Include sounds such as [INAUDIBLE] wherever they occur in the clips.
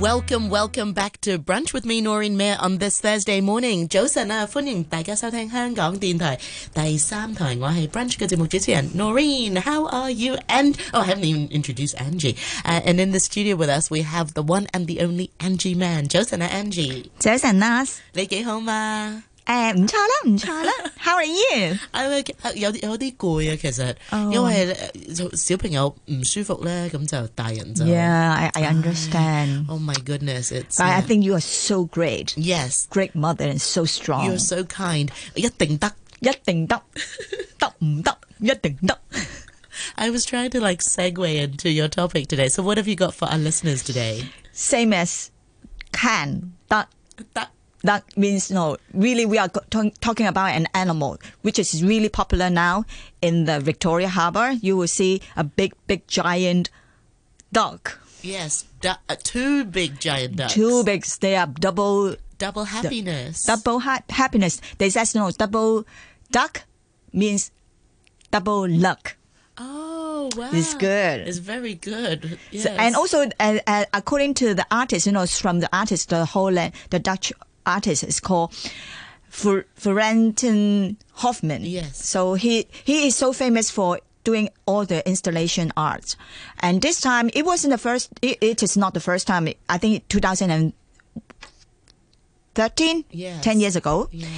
Welcome, welcome back to brunch with me, Noreen Mayer on this Thursday morning. uh, 早晨啊，歡迎大家收聽香港電台第三台，我係 brunch 嘅節目主持人 Noreen. How are you? And oh, I haven't even introduced Angie. Uh, and in the studio with us, we have the one and the only Angie Man. 早晨啊，Angie，早晨啦，你幾好嘛？诶唔錯啦，唔 [LAUGHS] 錯啦，How are you？係咪 Uh, 有啲有啲攰啊？其實哦因為呃小朋友唔舒服咧，咁就大人就。 Yeah, I, I understand. Oh my goodness! It's But I think you are so great, yes. great mother and so You're strong. so kind. 一定得。一定 [LAUGHS] 得，得唔得？一定得。 I was trying to like segue into your topic today. So what have you got for our listeners today? Same as can 得。 That That means no. Really, we are go- talk- talking about an animal which is really popular now in the Victoria Harbour. You will see a big, big giant duck. yes, du- uh, two big giant ducks. Two big. They are double double happiness. double ha- happiness. They says no double duck means double luck. oh wow, It's good. It's very good. Yes. So- and also, uh, uh, according to the artist, you know, it's from the artist, the Holland, the Dutch artist is called Fer- Ferenten Hoffman. Yes. So he he is so famous for doing all the installation art, and this time it wasn't the first. It, it is not the first time. I think 2013, Yes. ten years ago. yeah,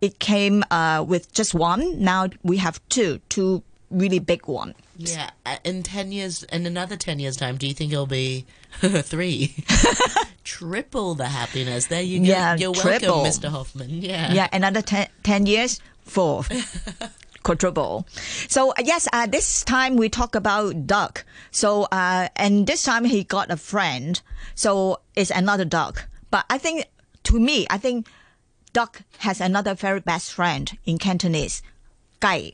it came uh, with just one. Now we have two, two really big one. yeah. Uh, In ten years, in another ten years' time, do you think it'll be [LAUGHS] three? [LAUGHS] Triple the happiness. There you go. Yeah, You're triple. welcome, Mr. Hoffman. Yeah. Yeah, another ten, 10 years, four, quadruple. So uh, yes, uh, this time we talk about duck. So uh, and this time he got a friend. So it's another duck. But I think to me, I think duck has another very best friend in Cantonese, gai.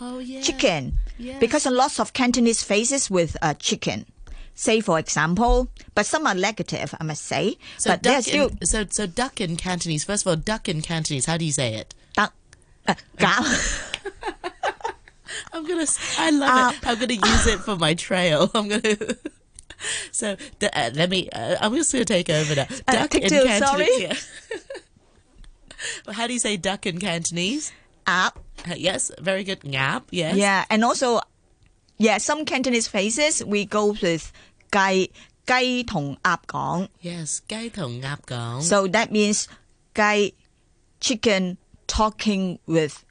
Oh yeah. chicken Yes. because a lots of Cantonese faces with uh, chicken. Say for example, but some are negative, I must say. So but duck there's still in, so so duck in Cantonese. First of all, duck in Cantonese. How do you say it? duck. Uh, [LAUGHS] gao. I'm gonna. s- I love it. Um, I'm gonna use it for my trail. I'm gonna. [LAUGHS] So d- uh, let me. Uh, I'm just gonna take over now. Duck Uh, take in two, Cantonese. sorry. yeah. [LAUGHS] Well, How do you say duck in Cantonese? Up. Uh, yes, very good. Ngap. Yes. Yeah, and also, yeah, some Cantonese faces we go with gai gai tong ap gong. Yes. Gai tong ngap gong. So that means gai chicken talking with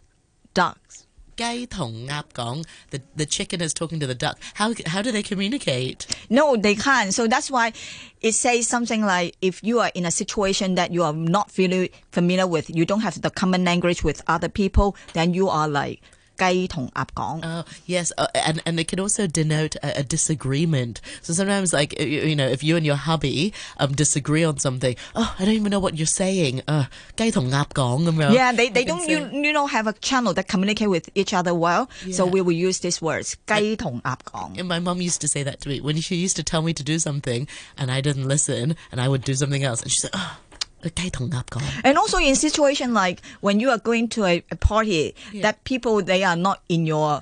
ducks. Gai tong ngap gong. The the chicken is talking to the duck. How how do they communicate? No, they can't. So that's why it says something like if you are in a situation that you are not really familiar with, you don't have the common language with other people, then you are like 雞同鴨講. Oh yes, uh, and and it can also denote a, a disagreement. So sometimes, like you, you know, if you and your hubby um disagree on something, oh, I don't even know what you're saying. Uh, 雞同鴨講咁樣。 yeah, I they, they can don't say- you, you know have a channel that communicate with each other well. So Yeah. we will use these words 雞同鴨講. And my mum used to say that to me when she used to tell me to do something, and I didn't listen, and I would do something else, and she said, oh, 雞同鴨講. And also in situation like when you are going to a, a party that people they are not in your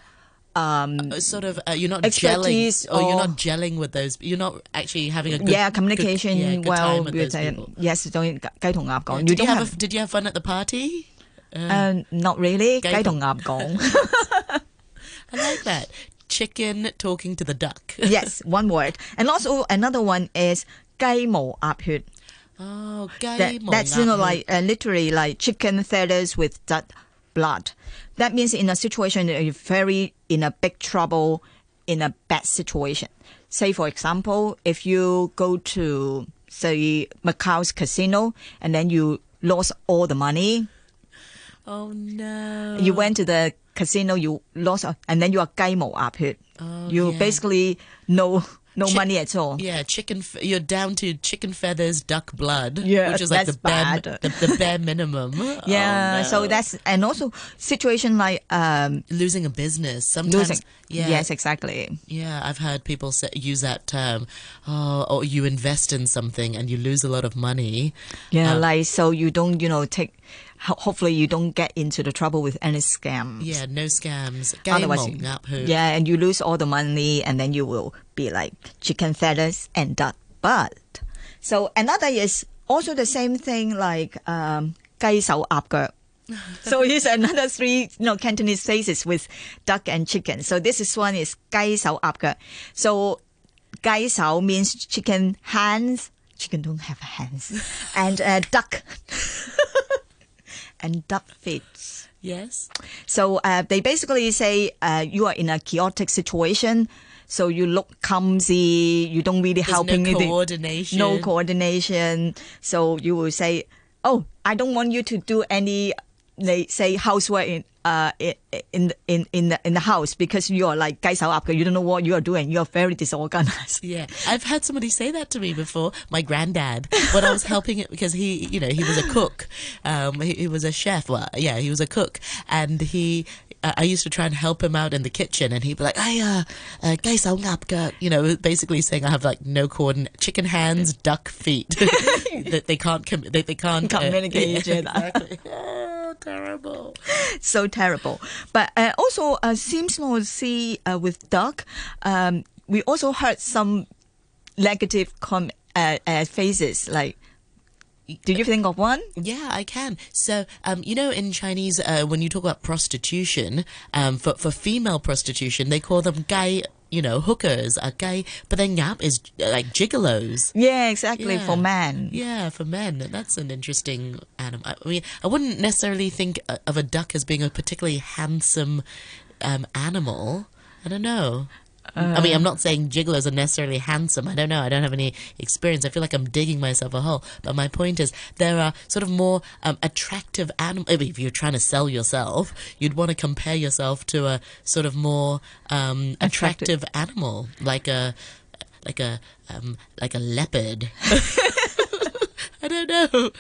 um Uh, Sort of, uh, you're not Expertise gelling, or, you're or- not gelling with those. You're not actually having a good yeah good- communication yeah, uh, good well time with with those uh, people. yes 所以雞同鴨講，you Did you don't have, have a, did you have fun at the party? Um, not really. 雞同- [LAUGHS] 雞同鴨講。 I like that. Chicken talking to the duck. [LAUGHS] yes, one word. And also another one is 雞毛鴨血. Oh, That, 雞毛鴨 that's you know like uh, literally like chicken feathers with that blood. That means in a situation that you're very in a big trouble, in a bad situation. Say for example, if you go to say Macau's casino and then you lost all the money, Oh no. you went to the casino, you lost, uh, and then you are 雞毛鴨血. you Oh, yeah. Oh, basically no no Chi- money at all. yeah, chicken. F- you're down to chicken feathers, duck blood. Yeah, which is like that's the bare, bad. The, the bare [LAUGHS] minimum. Oh, Yeah, no. so that's and also situation like um losing a business sometimes. losing. yeah, Yes, exactly. yeah. I've heard people say, use that term. Oh, or you invest in something and you lose a lot of money. Yeah, Ah. like so you don't you know take. ho- Hopefully, you don't get into the trouble with any scam. Yeah, no scams. Otherwise, you- 雞毛鴨血. yeah, and you lose all the money, and then you will be like chicken feathers and duck blood. So another is also the same thing like um, [LAUGHS] 雞手鴨腳. so here's another three you know, Cantonese phrases with duck and chicken. So this is one is 雞手鴨腳. So 雞手 means chicken hands. Chicken don't have [LAUGHS] hands. And uh, duck. [LAUGHS] and duck feet. Yes. So uh, they basically say uh, you are in a chaotic situation, so you look clumsy, you don't really There's help no anything, coordination. no coordination. So you will say, "Oh, I don't want you to do any." They say housework in uh in in in in the, in the house because you are like guys up you don't know what you are doing you are very disorganized Yeah, I've had somebody say that to me before. My granddad, when I was helping it because he, you know, he was a cook. Um, he, he was a chef. Well, yeah, he was a cook, and he. Uh, I used to try and help him out in the kitchen, and he'd be like, "Hey, uh, uh, guys, I'm up, girl," you know, basically saying I have like no coordinate, chicken hands, duck feet, [LAUGHS] that they can't com- they, they can't uh, Communicate [LAUGHS] each other. Exactly. Oh, terrible. so terrible. But uh, also, uh, seems to see uh, with duck, um, we also heard some negative com- uh, uh, phases. Like, do you think of one? Yeah, I can. So, um, you know, in Chinese, uh, when you talk about prostitution, um, for, for female prostitution, they call them gay, you know, hookers are gay, but then yap is uh, like gigolos. Yeah, exactly. Yeah. For man, Yeah, for men. That's an interesting animal. I mean, I wouldn't necessarily think uh, of a duck as being a particularly handsome um, animal. I don't know. I mean, I'm not saying gigolos are necessarily handsome. I don't know. I don't have any experience. I feel like I'm digging myself a hole. But my point is, there are sort of more um, attractive animals. If you're trying to sell yourself, you'd want to compare yourself to a sort of more um, attractive Attractive. animal, like a like a um, like a leopard. I don't know.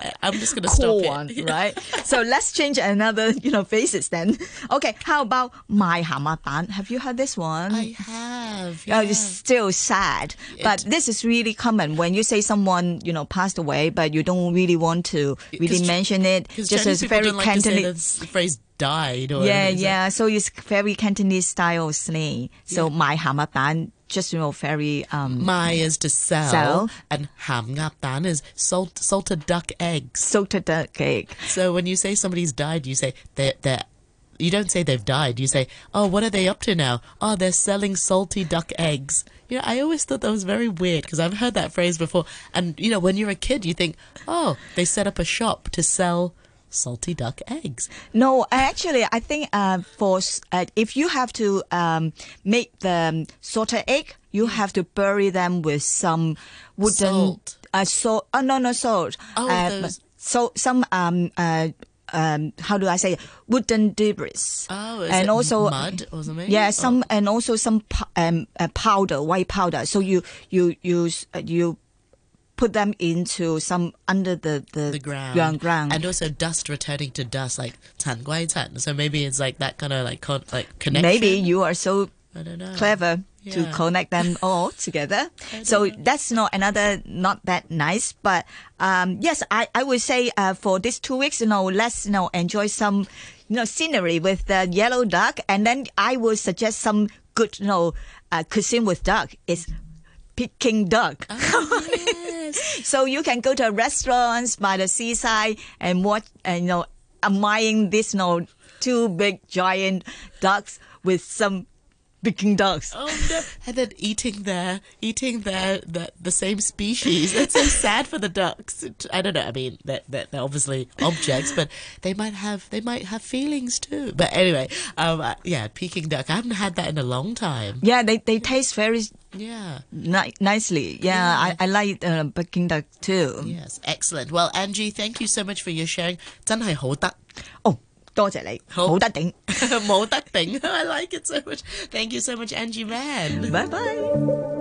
I, I'm just gonna cool stop [LAUGHS] one, it. right? so let's change another, you know, phases then. [LAUGHS] Okay, how about my hamaban? Have you heard this one? I have. Oh, yeah. it's still sad. But this is really common when you say someone, you know, passed away, but you don't really want to really 'Cause- mention it. Because Just Chinese as people very don't like to say Cantonese. the phrase "died" or Yeah, anything, so- yeah. So it's very Cantonese style slang. So my hamaban, just you know, very um Mai is to sell, Sell. and ham ngap dan is salt, salted duck eggs. salted duck egg. So when you say somebody's died, you say they're, they're you don't say they've died. You say, oh, what are they up to now? Oh, they're selling salty duck eggs. You know, I always thought that was very weird because I've heard that phrase before. And you know, when you're a kid, you think, oh, they set up a shop to sell salty duck eggs. No, actually, I think uh, for s- uh, if you have to um, make the um, salted egg, you have to bury them with some wooden Salt. Uh, salt. Oh no, no salt. Oh, uh, those- So some um uh. Um, how do I say it? wooden debris? Oh, is and it also mud Oh. or something? Yeah, some and also some pow- um, uh, powder, white powder. So you you you s- uh, you put them into some under the the, the ground. ground ground. And also dust returning to dust, like tan guai tan. So maybe it's like that kind of like con- like connection. Maybe you are so I don't know. clever to Yeah. connect them all together. So that's not another not that nice, but um, yes, I, I would say uh, for these two weeks, you know, let's you know enjoy some you know scenery with the yellow duck, and then I would suggest some good you know uh, cuisine with duck is picking duck. yes. [LAUGHS] So you can go to restaurants by the seaside and watch, and you know, admiring this, you know, two big giant ducks with some picking ducks. Oh no! [LAUGHS] And then eating their eating their the, the same species. That's so sad for the ducks. It- I don't know. I mean, they're, they're, they're obviously objects, but they might have they might have feelings too. But anyway, um, uh, yeah, Peking duck. I haven't had that in a long time. Yeah, they, they taste very Yeah. ni- nicely. Yeah, I, I like uh, picking duck too. Yes. Excellent. Well, Angie, thank you so much for your sharing. [LAUGHS] 真係好得。 Oh, 多謝你，好。好得頂。 [LAUGHS] 冇得頂。I like it so much. Thank you so much, Angie Man. Bye bye.